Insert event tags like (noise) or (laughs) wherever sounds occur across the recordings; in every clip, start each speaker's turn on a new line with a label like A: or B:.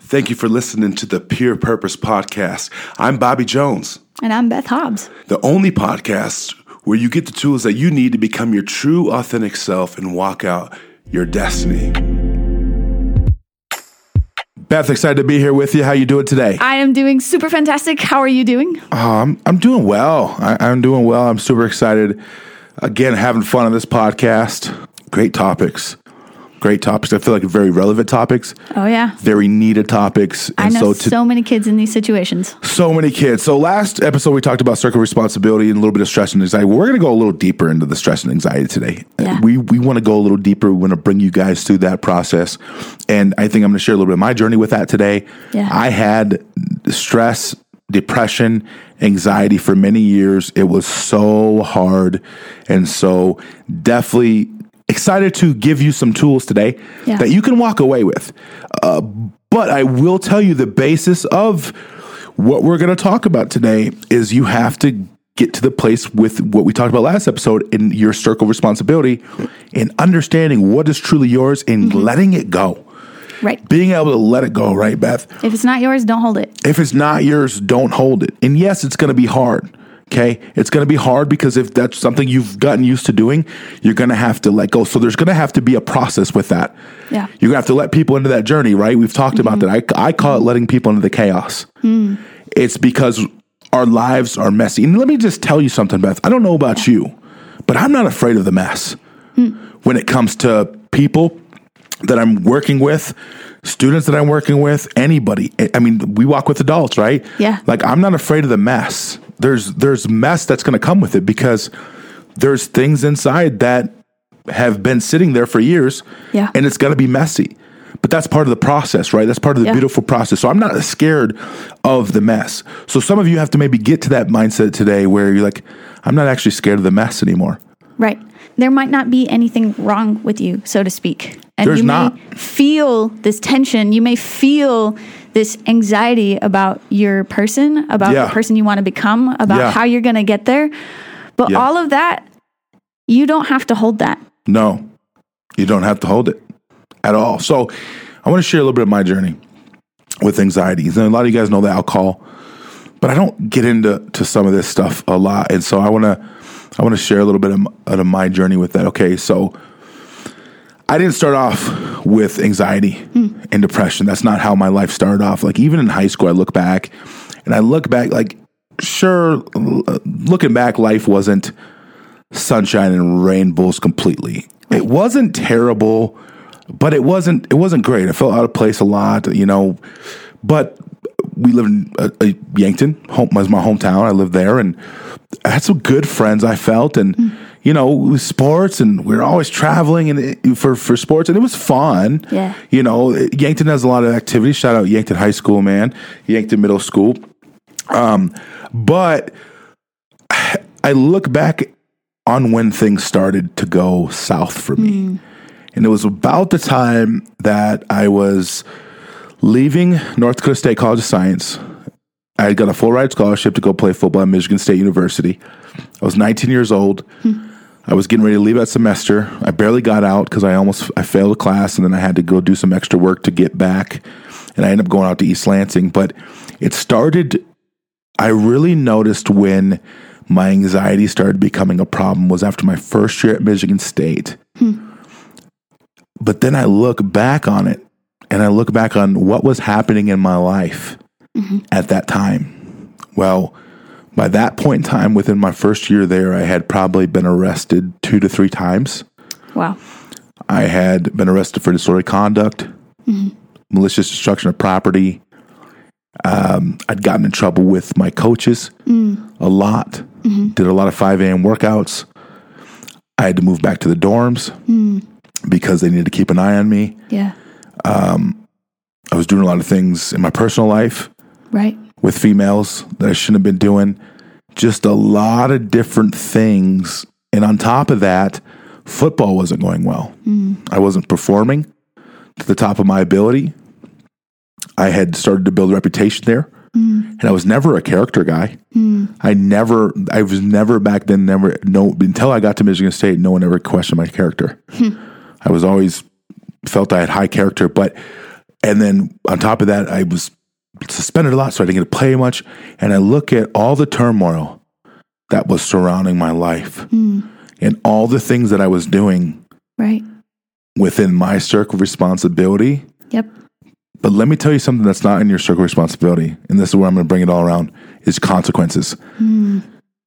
A: Thank you for listening to the Pure Purpose Podcast. I'm Bobby Jones,
B: And I'm Beth Hobbs.
A: the only podcast where you get the tools that you need to become your true, authentic self and walk out your destiny. Beth, excited to be here with you. How you doing today?
B: I am doing super fantastic. How are you doing?
A: Um, I'm doing well. I, I'm doing well. I'm super excited. Again, having fun on this podcast. Great topics. Great topics. I feel like very relevant topics,
B: Oh, yeah.
A: very needed topics.
B: I know so,
A: to-
B: many kids in these situations.
A: so many kids. So last episode we talked about circle responsibility and a little bit of stress and anxiety. We're going to go a little deeper into the stress and anxiety today.
B: Yeah.
A: We we want to go a little deeper. We want to bring you guys through that process, and I think I'm going to share a little bit of my journey with that today.
B: Yeah.
A: I had stress, depression, anxiety for many years. It was so hard, and so definitely excited to give you some tools today
B: Yeah.
A: that you can walk away with. Uh, but I will tell you the basis of what we're going to talk about today is you have to get to the place with what we talked about last episode in your circle of responsibility and understanding what is truly yours and letting it go.
B: Right.
A: Being able to let it go, right, Beth?
B: If it's not yours, don't hold it.
A: If it's not yours, don't hold it. And yes, it's going to be hard. Okay. It's going to be hard because if that's something you've gotten used to doing, you're going to have to let go. So there's going to have to be a process with that.
B: Yeah. Mm-hmm.
A: You're going to have to let people into that journey, right? We've talked about that. I, I call it letting people into the chaos.
B: Mm.
A: It's because our lives are messy. And let me just tell you something, Beth. I don't know about you, but I'm not afraid of the mess
B: Mm.
A: when it comes to people that I'm working with, students that I'm working with, anybody. I- I mean, we walk with adults, right?
B: Yeah.
A: Like I'm not afraid of the mess. There's there's mess that's going to come with it because there's things inside that have been sitting there for years
B: Yeah.
A: and it's going to be messy. But that's part of the process, right? That's part of the
B: Yeah.
A: beautiful process. So I'm not scared of the mess. So some of you have to maybe get to that mindset today where you're like, I'm not actually scared of the mess anymore.
B: Right. There might not be anything wrong with you, so to speak. And
A: There's
B: you
A: not.
B: may feel this tension. You may feel this anxiety about your person, about
A: Yeah.
B: the person you want to become, about
A: Yeah.
B: how you're going to get there. But
A: Yeah.
B: all of that, you don't have to hold that.
A: No, you don't have to hold it at all. So I want to share a little bit of my journey with anxiety. And a lot of you guys know that alcohol, but I don't get into to some of this stuff a lot. And so I want to I want to share a little bit of, m- out of my journey with that. Okay, so I didn't start off with anxiety and depression. That's not how my life started off. Like even in high school, I look back and I look back like sure l- uh, looking back life wasn't sunshine and rainbows completely. It wasn't terrible, but it wasn't it wasn't great. I felt out of place a lot, you know. But we lived in uh, uh, Yankton, home was my hometown. I lived there, and I had some good friends. I felt, and you know, it was sports, and we were always traveling and it, for for sports, and it was fun.
B: Yeah.
A: you know, it- Yankton has a lot of activity. Shout out Yankton High School, man, Yankton Middle School. Um, but I look back on when things started to go south for me. And it was about the time that I was leaving North Dakota State College of Science. I had got a full ride scholarship to go play football at Michigan State University. I was 19 years old. I was getting ready to leave that semester. I barely got out because I almost I failed a class, and then I had to go do some extra work to get back. And I ended up going out to East Lansing. But it started I really noticed when my anxiety started becoming a problem was after my first year at Michigan State. But then I look back on it and I look back on what was happening in my life at that time. Well, by that point in time, within my first year there, I had probably been arrested two to three times.
B: Wow.
A: I had been arrested for disorderly conduct, malicious destruction of property. Um, I'd gotten in trouble with my coaches a lot, did a lot of 5 a.m. workouts. I had to move back to the dorms because they needed to keep an eye on me.
B: Yeah.
A: I was doing a lot of things in my personal life
B: Right.
A: with females that I shouldn't have been doing. Just a lot of different things. And on top of that, football wasn't going well. I wasn't performing to the top of my ability. I had started to build a reputation there. And I was never a character guy. I never, I was never back then, never, no, until I got to Michigan State, no one ever questioned my character. I was always felt I had high character, but And then on top of that, I was suspended a lot, so I didn't get to play much. And I look at all the turmoil that was surrounding my life
B: Mm,
A: and all the things that I was doing
B: right.
A: within my circle of responsibility.
B: Yep.
A: But let me tell you something that's not in your circle of responsibility, and this is where I'm going to bring it all around, is consequences.
B: Hmm.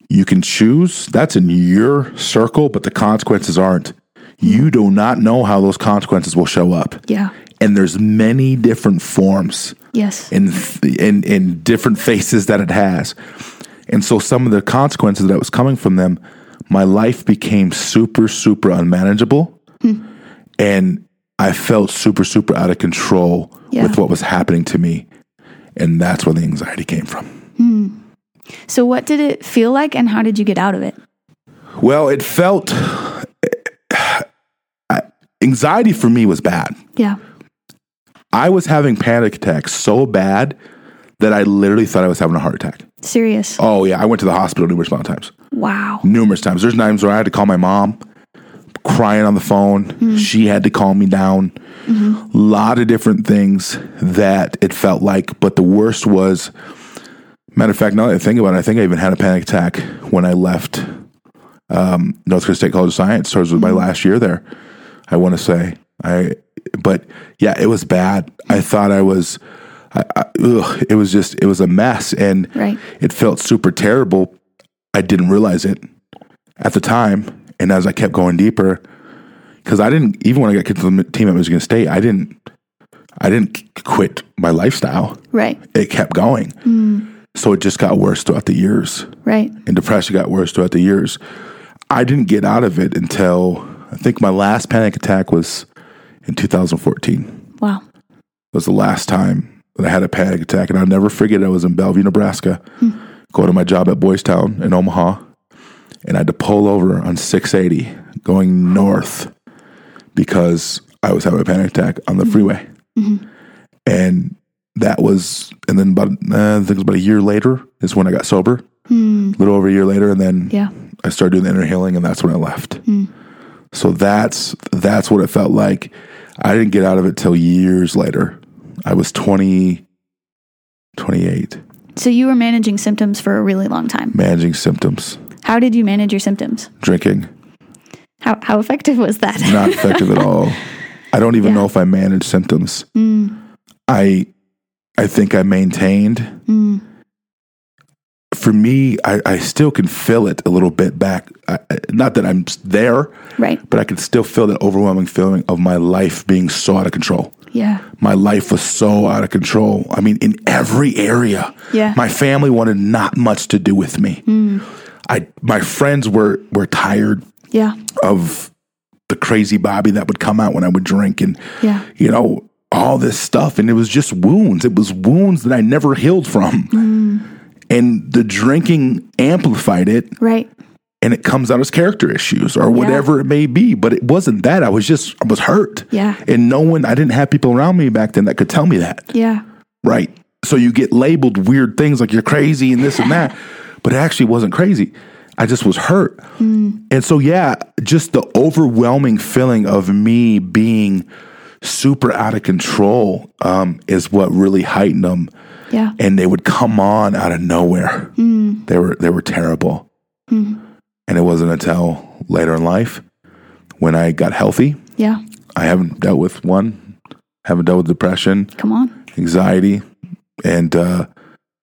A: You can choose, that's in your circle, but the consequences aren't. You do not know how those consequences will show up.
B: Yeah.
A: And there's many different forms
B: Yes.
A: and in in different faces that it has. And so some of the consequences that was coming from them, my life became super super unmanageable and I felt super super out of control
B: Yeah.
A: with what was happening to me. And that's where the anxiety came from.
B: So, what did it feel like, and how did you get out of it?
A: Well, it felt anxiety for me was bad.
B: Yeah.
A: I was having panic attacks so bad that I literally thought I was having a heart attack.
B: Serious.
A: Oh yeah, I went to the hospital numerous amount of times.
B: Wow.
A: numerous times. There's times where I had to call my mom, crying on the phone. She had to calm me down. A lot of different things that it felt like. But the worst was, matter of fact, now that I think about it, I think I even had a panic attack when I left um, North Dakota State College of Science. So it was my last year there. I want to say I, but yeah, it was bad. I thought I was. I, I, ugh, it was just it was a mess and
B: Right.
A: it felt super terrible I didn't realize it at the time. And as I kept going deeper, because I didn't, even when I got kicked from the team at Michigan State, I didn't, I didn't c- quit my lifestyle.
B: Right.
A: It kept going. So it just got worse throughout the years.
B: Right.
A: And depression got worse throughout the years. I didn't get out of it until I think my last panic attack was in 2014
B: Wow.
A: was the last time that I had a panic attack. And I'll never forget it. I was in Bellevue, Nebraska, going to my job at Boys Town in Omaha. And I had to pull over on 680 going north because I was having a panic attack on the freeway. And that was, and then about, uh, I think it was about a year later is when I got sober, a little over a year later. And then
B: Yeah.
A: I started doing the inner healing, and that's when I left. So that's that's what it felt like. I didn't get out of it till years later. I was 20, 28,
B: So, you were managing symptoms for a really long time.
A: managing symptoms,
B: How did you manage your symptoms?
A: drinking,
B: How, how effective was that? (laughs)
A: not effective at all. I don't even know if I managed symptoms.
B: Mm,
A: I I think I maintained.
B: mm.
A: For me, I, I still can feel it a little bit back. I, I- not that I'm there,
B: right.
A: but I could still feel that overwhelming feeling of my life being so out of control.
B: Yeah.
A: My life was so out of control. I mean, in every area.
B: Yeah.
A: My family wanted not much to do with me.
B: Hmm.
A: I my friends were were tired
B: Yeah.
A: of the crazy Bobby that would come out when I would drink and
B: Yeah.
A: you know, all this stuff. And it was just wounds. It was wounds that I never healed from.
B: Hmm.
A: And the drinking amplified it
B: Right.
A: and it comes out as character issues or whatever it may be. But it wasn't that. I was just, I was hurt.
B: Yeah.
A: And no one, I didn't have people around me back then that could tell me that.
B: Yeah.
A: Right. So you get labeled weird things like you're crazy and this and that. But it actually wasn't crazy. I just was hurt. And so, yeah, just the overwhelming feeling of me being super out of control um, is what really heightened them
B: Yeah. Mm,
A: and they would come on out of nowhere.
B: Hmm.
A: They were they were terrible. And it wasn't until later in life when I got healthy.
B: Yeah.
A: I haven't dealt with one, haven't dealt with depression,
B: Come on.
A: anxiety, and uh,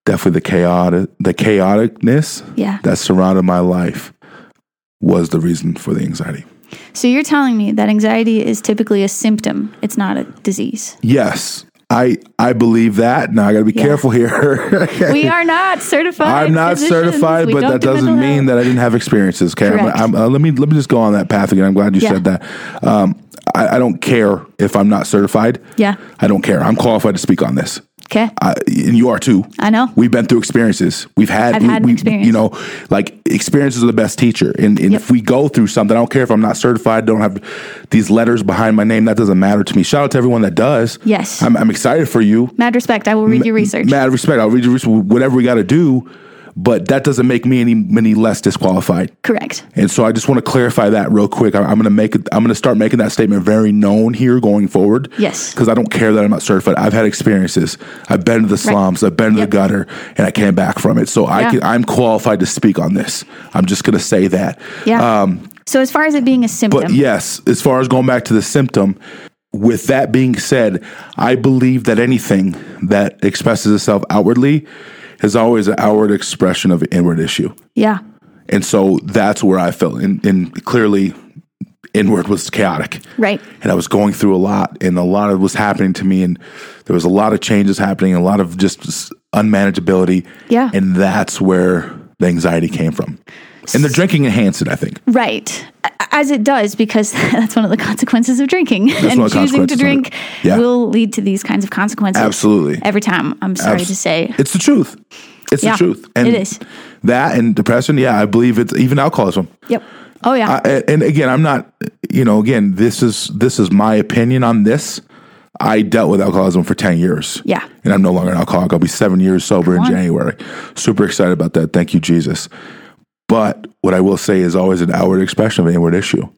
A: definitely the chaotic the chaoticness
B: Yeah.
A: that surrounded my life was the reason for the anxiety.
B: So, you're telling me that anxiety is typically a symptom, it's not a disease.
A: Yes, I I believe that. Now I got to be careful here. (laughs)
B: We are not certified.
A: I'm not
B: physicians.
A: certified,
B: We
A: but
B: don't
A: that
B: do
A: doesn't
B: mental
A: mean
B: health.
A: that I didn't have experiences. Okay, I'm-
B: Correct.
A: I'm- uh, let me let me just go on that path again. I'm glad you
B: Yeah.
A: said that. Um, I, I don't care if I'm not certified.
B: Yeah.
A: I don't care. I'm qualified to speak on this,
B: Okay.
A: I, and you are too.
B: I know.
A: We've been through experiences. We've had,
B: I've
A: we-
B: had an
A: we-
B: experience.
A: you know, like experiences are the best teacher. And, and if we go through something, I don't care if I'm not certified, don't have these letters behind my name. That doesn't matter to me. Shout out to everyone that does.
B: Yes.
A: I'm, I'm excited for you.
B: Mad respect. I will read your research.
A: Mad respect. I'll read your research, whatever we got to do. but that doesn't make me any any less disqualified.
B: Correct.
A: And so I just want to clarify that real quick. I, I'm going to make it. I'm going to start making that statement very known here going forward.
B: Yes.
A: Because I don't care that I'm not certified. I've had experiences. I've been to the slums. I've been to
B: Yep.
A: the gutter, and I came back from it. So I
B: Yeah.
A: can, I'm qualified to speak on this. I'm just going to say that.
B: Yeah.
A: Um,
B: so as far as it being a symptom,
A: but yes, as far as going back to the symptom, with that being said, I believe that anything that expresses itself outwardly is always an outward expression of an inward issue.
B: yeah,
A: And so that's where I felt. And, and clearly, inward was chaotic.
B: right.
A: And I was going through a lot, and a lot of was happening to me. And there was a lot of changes happening, a lot of just s- unmanageability.
B: Yeah.
A: And that's where the anxiety came from. And the drinking enhanced it, I think.
B: Right. A- As it does, because (laughs) that's one of the consequences of drinking.
A: one
B: and
A: of the
B: choosing to
A: consequences of
B: drink
A: it. Yeah.
B: will lead to these kinds of consequences.
A: Absolutely.
B: Every time, I'm sorry
A: Abs-
B: to say.
A: It's the truth. It's
B: Yeah,
A: the truth.
B: it is.
A: That and depression, yeah, I believe it's even alcoholism.
B: Yep. Oh, yeah.
A: I, and again, I'm not, you know, again, this is this is my opinion on this. I dealt with alcoholism for 10 years.
B: Yeah.
A: And I'm no longer an alcoholic. I'll be 7 years sober in
B: on.
A: January. Super excited about that. Thank you Jesus. But what I will say is always an outward expression of an inward issue.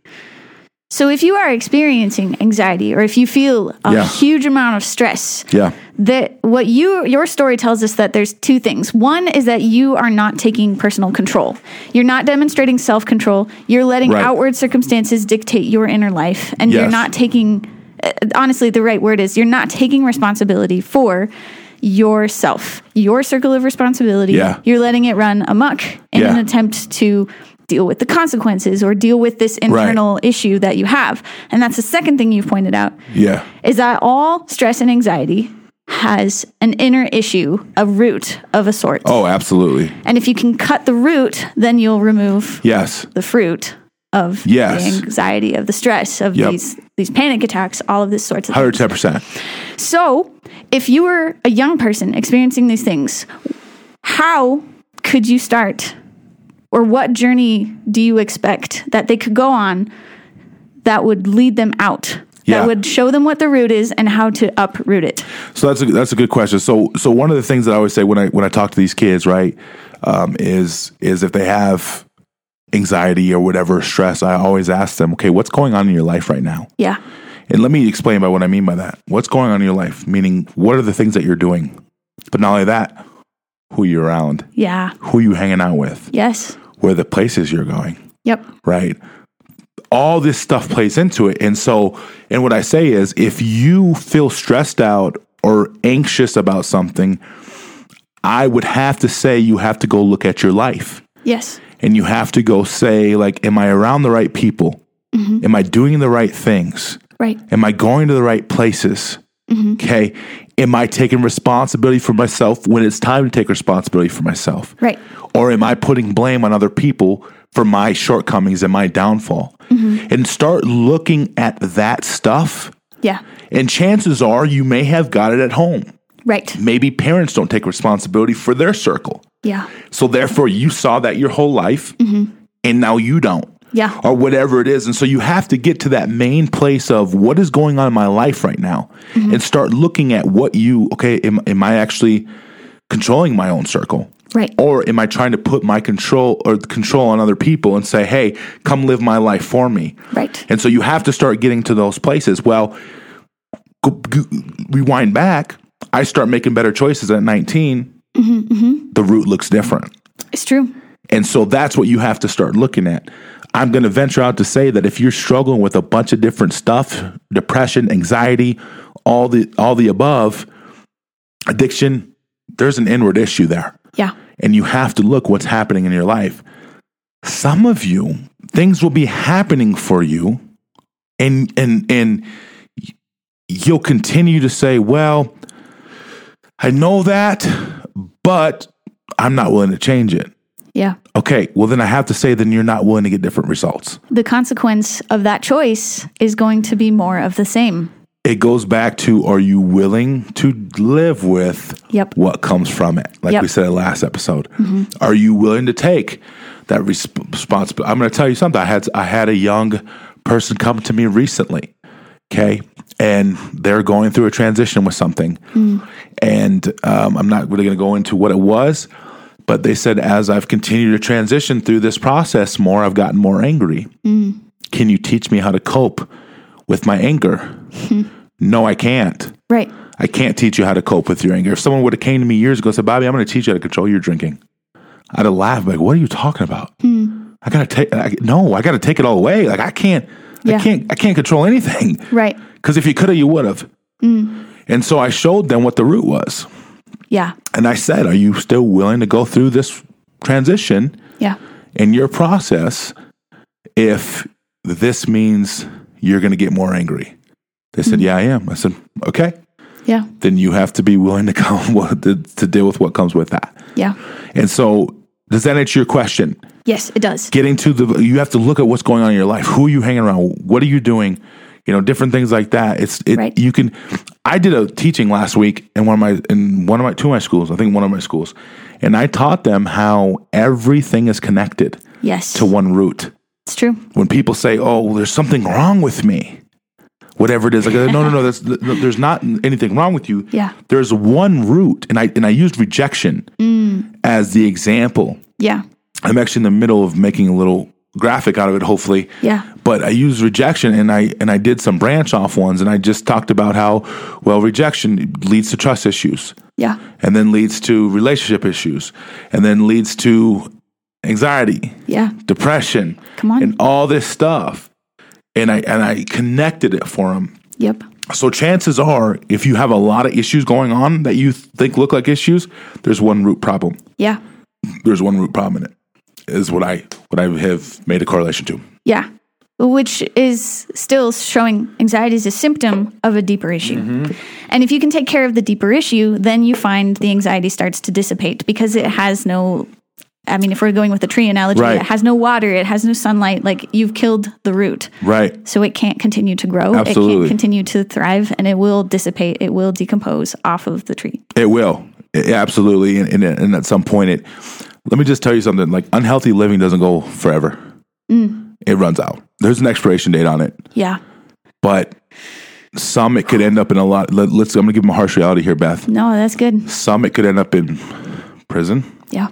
B: so if you are experiencing anxiety or if you feel a
A: Yeah.
B: huge amount of stress,
A: Yeah.
B: that what you your story tells us that there's two things. One is that you are not taking personal control. You're not demonstrating self-control. You're letting
A: Right.
B: outward circumstances dictate your inner life and you're
A: Yes.
B: not taking uh, honestly the right word is you're not taking responsibility for yourself. Your circle of responsibility.
A: Yeah.
B: You're letting it run amok in an
A: Yeah.
B: attempt to deal with the consequences or deal with this internal issue that you have. And that's the second thing you've pointed out
A: Yeah.
B: is that all stress and anxiety has an inner issue, a root of a sort.
A: Oh, absolutely.
B: And if you can cut the root, then you'll remove
A: Yes.
B: the fruit of
A: Yes.
B: the anxiety, of the stress, of
A: Yep.
B: these these panic attacks, all of this sorts of things.
A: 110%.
B: So, if you were a young person experiencing these things, how could you start? Or what journey do you expect that they could go on that would lead them out?
A: Yeah.
B: That would show them what the root is and how to uproot it.
A: So that's a, that's a good question. So so one of the things that I always say when I when I talk to these kids, right, um, is is if they have anxiety or whatever stress, I always ask them, okay, what's going on in your life right now?
B: Yeah.
A: And let me explain by what I mean by that. What's going on in your life? Meaning, what are the things that you're doing? But not only that, who you're around,
B: Yeah.
A: who you hanging out with,
B: Yes.
A: where the places you're going
B: Yep.
A: right? All this stuff plays into it. And so, and what I say is if you feel stressed out or anxious about something, I would have to say you have to go look at your life
B: Yes.
A: and you have to go say, like, am I around the right people? Am I doing the right things?
B: Right.
A: Am I going to the right places? Okay. Am I taking responsibility for myself when it's time to take responsibility for myself?
B: Right.
A: Or am I putting blame on other people for my shortcomings and my downfall? And start looking at that stuff.
B: Yeah.
A: And chances are you may have got it at home.
B: Right.
A: Maybe parents don't take responsibility for their circle.
B: Yeah.
A: So therefore, you saw that your whole life, and now you don't.
B: Yeah.
A: Or whatever it is. And so you have to get to that main place of what is going on in my life right now and start looking at what you, okay, am, am I actually controlling my own circle?
B: Right.
A: Or am I trying to put my control or the control on other people and say, hey, come live my life for me?
B: Right.
A: And so you have to start getting to those places. Well, go, go, rewind back, I start making better choices at 19. The route looks different.
B: Mm-hmm. It's true.
A: And so that's what you have to start looking at. I'm going to venture out to say that if you're struggling with a bunch of different stuff, depression, anxiety, all the all the above, addiction, there's an inward issue there.
B: Yeah.
A: And you have to look what's happening in your life. Some of you, things will be happening for you and and and you'll continue to say, "Well, I know that, but I'm not willing to change it."
B: Yeah.
A: Okay, well then I have to say then you're not willing to get different results.
B: The consequence of that choice is going to be more of the same.
A: It goes back to are you willing to live with
B: Yep.
A: what comes from it? Like
B: Yep.
A: we said in the last episode. Are you willing to take that resp- responsibility? I'm going to tell you something. I had I had a young person come to me recently. Okay. And they're going through a transition with something. And um, I'm not really going to go into what it was, But they said, as I've continued to transition through this process more, I've gotten more angry. Can you teach me how to cope with my anger? no, I can't.
B: Right.
A: I can't teach you how to cope with your anger. If someone would have came to me years ago and said, Bobby, I'm going to teach you how to control your drinking, I'd have laughed. Like, what are you talking about? I got to take, I, no, I got to take it all away. Like, I can't,
B: Yeah.
A: I can't, I can't control anything.
B: Right.
A: Because if you could have, you would have. And so I showed them what the root was.
B: Yeah.
A: And I said, Are you still willing to go through this transition
B: Yeah.
A: in your process if this means you're going to get more angry? They said, Yeah, I am. I said, Okay.
B: Yeah.
A: Then you have to be willing to come (laughs) what- to, to deal with what comes with that.
B: Yeah.
A: And so, does that answer your question?
B: Yes, it does.
A: Getting to the, you have to look at what's going on in your life. Who are you hanging around? What are you doing? You know, different things like that. It's it.
B: Right.
A: You can. I did a teaching last week in one of my in one of my two of my schools. I think one of my schools, and I taught them how everything is connected
B: Yes.
A: to one root.
B: it's true.
A: When people say, "Oh, well, there's something wrong with me," whatever it is, like no, no, no, that's, no, there's not anything wrong with you.
B: Yeah.
A: there's one root, and I and I used rejection as the example.
B: Yeah.
A: I'm actually in the middle of making a little graphic out of it, hopefully.
B: Yeah.
A: But I used rejection and I and I did some branch off ones and I just talked about how well rejection leads to trust issues
B: Yeah.
A: and then leads to relationship issues and then leads to anxiety,
B: Yeah.
A: depression,
B: Come on.
A: and all this stuff. And I and I connected it for him.
B: Yep.
A: So chances are if you have a lot of issues going on that you think look like issues, there's one root problem
B: Yeah.
A: there's one root problem in it is what i what i have made a correlation to
B: Yeah. Which is still showing anxiety is a symptom of a deeper issue.
A: Mm-hmm.
B: And if you can take care of the deeper issue, then you find the anxiety starts to dissipate because it has no, I mean, if we're going with the tree analogy,
A: Right.
B: it has no water, it has no sunlight. Like you've killed the root.
A: right
B: So it can't continue to grow. It
A: Absolutely.
B: can't continue to thrive and it will dissipate. It will decompose off of the tree.
A: it will It- absolutely and, and, and at some point it let me just tell you something like unhealthy living doesn't go forever
B: Mm.
A: it runs out there's an expiration date on it
B: Yeah.
A: but some it could end up in a lot let, let's i'm gonna give them a harsh reality here beth
B: No, that's good.
A: some it could end up in prison
B: Yeah.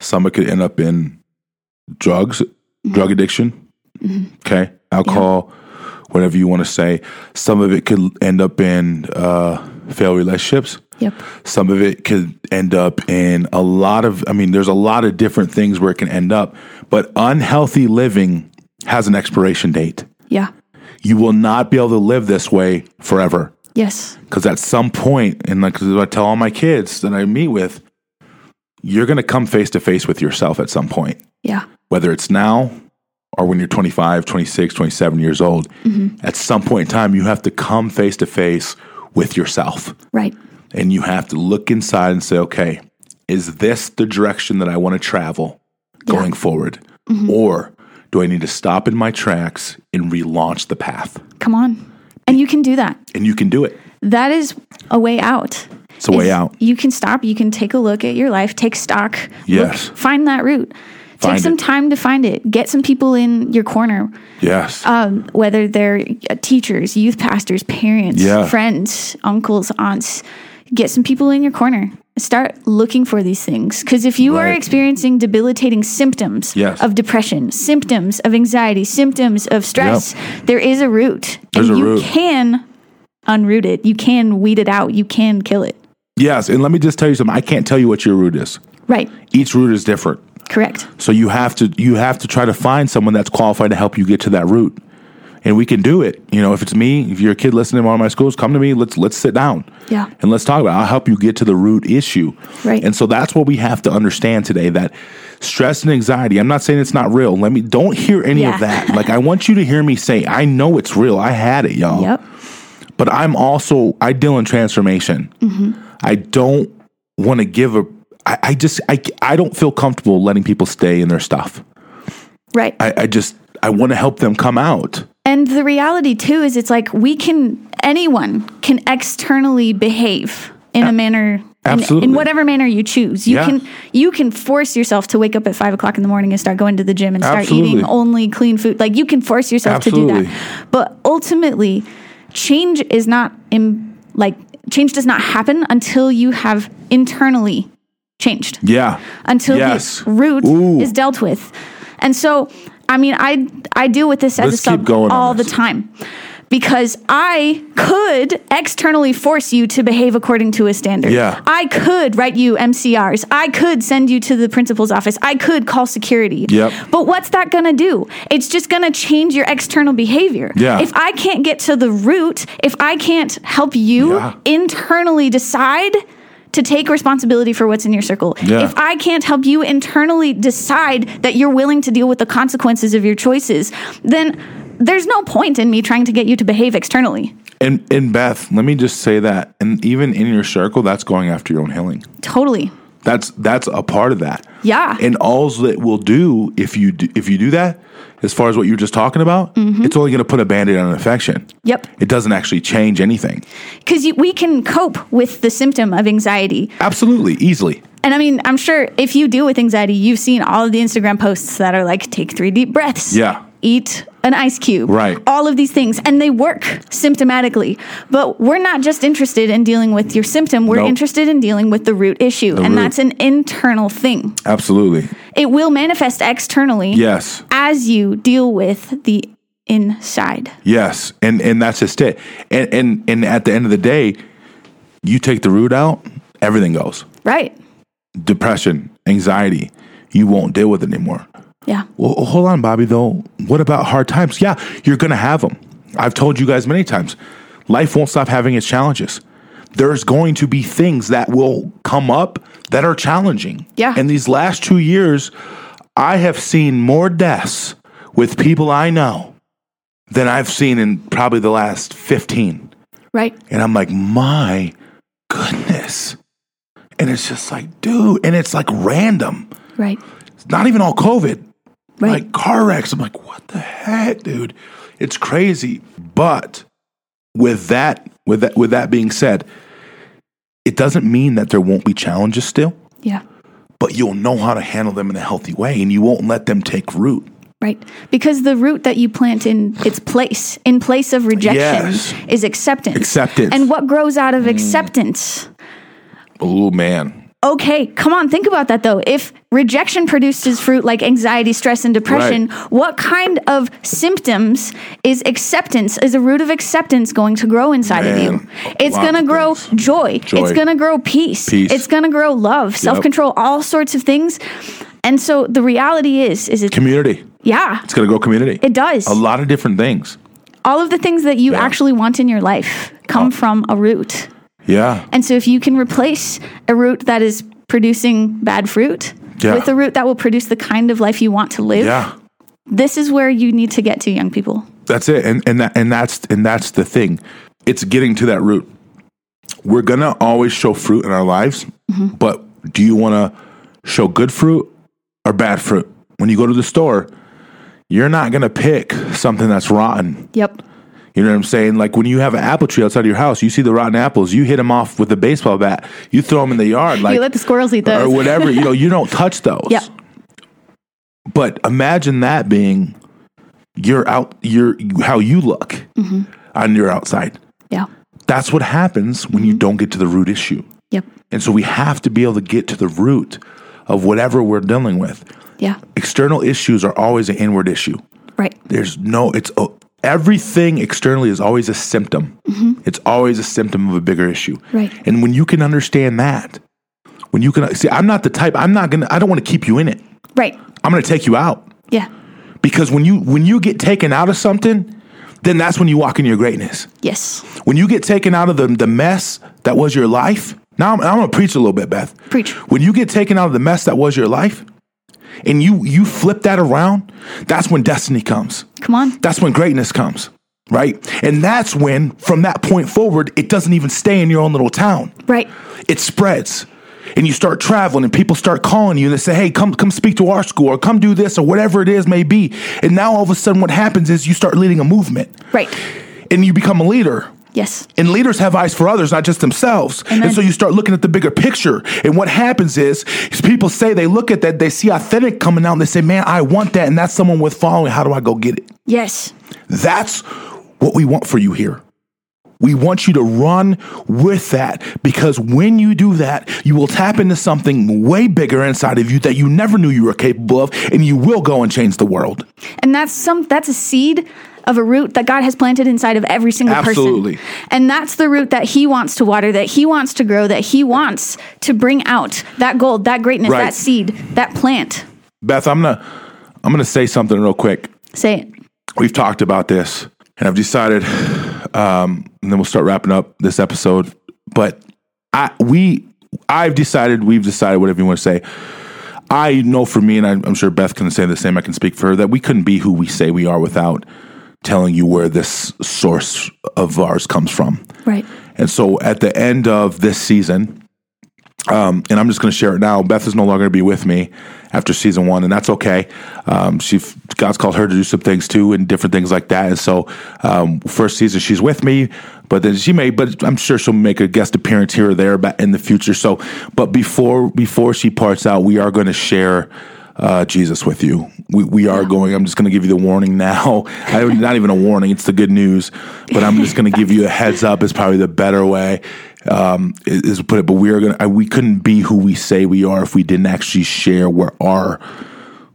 A: some it could end up in drugs drug addiction okay alcohol whatever you want to say some of it could end up in uh, failed relationships
B: Yep.
A: some of it could end up in a lot of i mean there's a lot of different things where it can end up but unhealthy living has an expiration date
B: Yeah.
A: you will not be able to live this way forever
B: Yes.
A: because at some point, and like 'cause I tell all my kids that I meet with, you're going to come face to face with yourself at some point,
B: Yeah.
A: whether it's now or when you're 25, 26, 27 years old. At some point in time, you have to come face to face with yourself
B: Right.
A: and you have to look inside and say, okay, is this the direction that I want to travel going forward? Or do I need to stop in my tracks and relaunch the path?
B: Come on. And you can do that.
A: And you can do it.
B: that is a way out.
A: It's a way
B: Is
A: out.
B: You can stop. You can take a look at your life. Take stock.
A: Yes.
B: Look, find that route.
A: Find
B: take some
A: it.
B: time to find it. Get some people in your corner,
A: Yes.
B: um, whether they're uh, teachers, youth pastors, parents,
A: Yeah.
B: friends, uncles, aunts. Get some people in your corner. Start looking for these things. Because if you are
A: Right.
B: experiencing debilitating symptoms
A: Yes.
B: of depression, symptoms of anxiety, symptoms of stress, there is a root.
A: There's
B: and
A: a
B: you
A: root.
B: can unroot it. You can weed it out. You can kill it.
A: Yes, and let me just tell you something. I can't tell you what your root is.
B: Right.
A: Each root is different.
B: Correct.
A: So you have to you have to try to find someone that's qualified to help you get to that root. And we can do it. You know, if it's me, if you're a kid listening to one of my schools, come to me. Let's let's sit down.
B: Yeah.
A: And let's talk about. It. I'll help you get to the root issue.
B: Right.
A: And so that's what we have to understand today that stress and anxiety. I'm not saying it's not real. Let me don't hear any
B: Yeah.
A: of
B: (laughs)
A: that. Like I want you to hear me say I know it's real. I had it, y'all.
B: Yep.
A: but I'm also I deal in transformation.
B: Mm-hmm.
A: I don't want to give a. I, I just I I don't feel comfortable letting people stay in their stuff.
B: Right.
A: I, I just I want to help them come out.
B: And the reality too is it's like we can anyone can externally behave in a manner in,
A: absolutely.
B: in whatever manner you choose. You
A: Yeah.
B: can you can force yourself to wake up at five o'clock in the morning and start going to the gym and start
A: Absolutely.
B: eating only clean food. Like you can force yourself to do
A: Absolutely.
B: that. But ultimately, change is not in like change does not happen until you have internally changed
A: Yeah.
B: until
A: Yes.
B: the root
A: Ooh.
B: is dealt with. And so, I mean, I I deal with this as
A: Let's
B: a sub
A: keep going on
B: all the
A: this.
B: time because I could externally force you to behave according to a standard.
A: Yeah.
B: I could write you MCRs. I could send you to the principal's office. I could call security.
A: Yep.
B: But what's that going to do? It's just going to change your external behavior.
A: Yeah.
B: If I can't get to the root, if I can't help you
A: Yeah.
B: internally decide to take responsibility for what's in your circle,
A: Yeah.
B: if I can't help you internally decide that you're willing to deal with the consequences of your choices, then there's no point in me trying to get you to behave externally.
A: And and Beth, let me just say that, and even in your circle, that's going after your own healing.
B: Totally.
A: That's that's a part of that.
B: Yeah.
A: And alls that will do if you do, if you do that, as far as what you were just talking about, it's only going to put a band-aid on an infection.
B: Mm-hmm. Yep.
A: It doesn't actually change anything.
B: Because we can cope with the symptom of anxiety.
A: Absolutely, easily.
B: And I mean, I'm sure if you deal with anxiety, you've seen all of the Instagram posts that are like, take three deep breaths.
A: Yeah.
B: Eat an ice cube.
A: Right.
B: All of these things. And they work symptomatically. But we're not just interested in dealing with your symptom, we're
A: Nope.
B: interested in dealing with the root issue. and
A: root.
B: that's an internal thing.
A: Absolutely.
B: It will manifest externally
A: Yes.
B: as you deal with the inside.
A: Yes, and and that's just it. And and and at the end of the day, you take the root out, everything goes.
B: Right.
A: Depression, anxiety, you won't deal with it anymore.
B: Yeah.
A: Well, hold on, Bobby. Though, what about hard times? Yeah, you're gonna have them. I've told you guys many times. Life won't stop having its challenges. There's going to be things that will come up that are challenging.
B: Yeah.
A: In these last two years, I have seen more deaths with people I know than I've seen in probably the last 15.
B: Right.
A: And I'm like, my goodness. And it's just like, dude, and it's like random.
B: Right.
A: It's not even all COVID
B: Right.
A: like car wrecks. I'm like, what the heck, dude? It's crazy. But with that, with that, with that being said, it doesn't mean that there won't be challenges still,
B: yeah.
A: but you'll know how to handle them in a healthy way, and you won't let them take root.
B: Right. Because the root that you plant in its place, in place of rejection,
A: Yes.
B: is acceptance.
A: Acceptance. Mm.
B: And what grows out of acceptance?
A: Oh man,
B: Okay, come on, think about that though. If rejection produces fruit like anxiety, stress, and depression, what kind of symptoms is acceptance, is a root of acceptance going to grow inside of
A: Man,
B: you?
A: a
B: It's
A: lot
B: going to
A: of
B: grow
A: things.
B: joy.
A: Joy.
B: It's going to grow peace.
A: Peace.
B: It's going to grow love, self control, all sorts of things. And so the reality is, is it,
A: community.
B: yeah,
A: It's gonna go community.
B: it does.
A: a lot of different things.
B: all of the things that you
A: Yeah. Oh.
B: actually want in your life come from a root.
A: Yeah,
B: And so if you can replace a root that is producing bad fruit
A: Yeah.
B: with a root that will produce the kind of life you want to live,
A: yeah.
B: this is where you need to get to young people.
A: That's it, and and that and that's and that's the thing. It's getting to that root. We're gonna always show fruit in our lives, but do you want to show good fruit or bad fruit? When you go to the store, you're not gonna pick something that's rotten.
B: Yep.
A: You know what I'm saying? Like when you have an apple tree outside of your house, you see the rotten apples, you hit them off with a baseball bat, you throw them in the yard, like
B: you let the squirrels eat
A: or
B: those.
A: whatever. you know, you don't touch those.
B: Yep.
A: But imagine that being your out your how you look on your outside.
B: Yeah.
A: That's what happens when you don't get to the root issue.
B: Yep.
A: And so we have to be able to get to the root of whatever we're dealing with.
B: Yeah.
A: External issues are always an inward issue.
B: Right.
A: There's no it's a- everything externally is always a symptom. It's always a symptom of a bigger issue.
B: Mm-hmm. Right.
A: And when you can understand that, when you can see I'm not the type I'm not going to I don't want to keep you in it.
B: Right.
A: I'm going to take you out
B: Yeah.
A: because when you when you get taken out of something, then that's when you walk in your greatness.
B: Yes.
A: When you get taken out of the, the mess that was your life, now I'm, I'm gonna preach a little bit, Beth.
B: Preach.
A: When you get taken out of the mess that was your life, and you you flip that around, that's when destiny comes.
B: Come on.
A: That's when greatness comes, right? And that's when, from that point forward, it doesn't even stay in your own little town.
B: Right.
A: It spreads. And you start traveling and people start calling you and they say, Hey, come come speak to our school or come do this or whatever it is may be. And now all of a sudden what happens is you start leading a movement.
B: Right.
A: And you become a leader.
B: Yes.
A: And leaders have eyes for others, not just themselves.
B: Amen.
A: And so you start looking at the bigger picture. And what happens is, is people say they look at that, they see authentic coming out, and they say, Man, I want that. And that's someone with following. How do I go get it?
B: Yes.
A: That's what we want for you here. We want you to run with that because when you do that, you will tap into something way bigger inside of you that you never knew you were capable of, and you will go and change the world.
B: And that's some that's a seed of a root that God has planted inside of every single
A: Absolutely.
B: person. And that's the root that he wants to water, that he wants to grow, that he wants to bring out that gold, that greatness,
A: Right.
B: that seed, that plant.
A: Beth, I'm gonna I'm gonna say something real quick.
B: Say it.
A: We've talked about this, and I've decided, um, and then we'll start wrapping up this episode. But I we I've decided, we've decided, whatever you want to say. I know for me, and I'm I'm sure Beth can say the same. I can speak for her that we couldn't be who we say we are without telling you where this source of ours comes from.
B: Right.
A: And so at the end of this season, um, and I'm just going to share it now. Beth is no longer going to be with me after season one, and that's okay. Um, she God's called her to do some things too, and different things like that. And so, um, first season she's with me, but then she may, but I'm sure she'll make a guest appearance here or there ba- in the future. So, but before before she parts out, we are going to share uh, Jesus with you. We, we are going. I'm just going to give you the warning now. (laughs) I, not even a warning. It's the good news, but I'm just going to give you a heads up. Is probably the better way um, is is to put it. But we are going. to We couldn't be who we say we are if we didn't actually share where our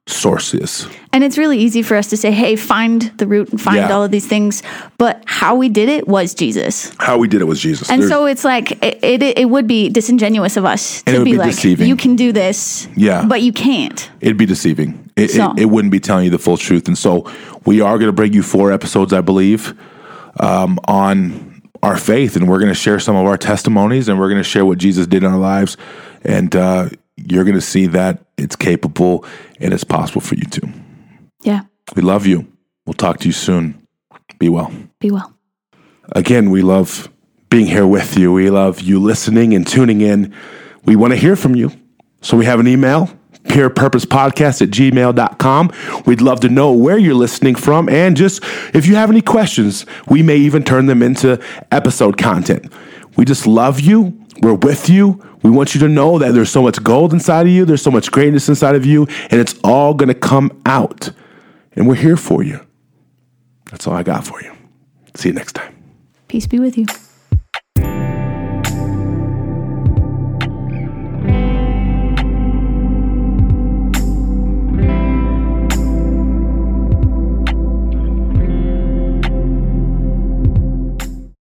A: source is.
B: And it's really easy for us to say, hey, find the root and find
A: Yeah.
B: all of these things. But how we did it was Jesus.
A: How we did it was Jesus.
B: And
A: There's-
B: so it's like, it, it, it would be disingenuous of us
A: it
B: to
A: would
B: be,
A: be
B: like,
A: deceiving.
B: you can do this,
A: Yeah.
B: but you can't.
A: It'd be deceiving. It,
B: So-
A: it, it wouldn't be telling you the full truth. And so we are going to bring you four episodes, I believe, um, on our faith. And we're going to share some of our testimonies and we're going to share what Jesus did in our lives. And uh, you're going to see that it's capable and it's possible for you too.
B: Yeah.
A: We love you. We'll talk to you soon. Be well
B: Be well.
A: again, we love being here with you. We love you listening and tuning in. We want to hear from you. So we have an email, purepurposepodcast at gmail.com. We'd love to know where you're listening from. And just if you have any questions, we may even turn them into episode content. We just love you. We're with you. We want you to know that there's so much gold inside of you, there's so much greatness inside of you, and it's all going to come out. And we're here for you. That's all I got for you. See you next time.
B: Peace be with you.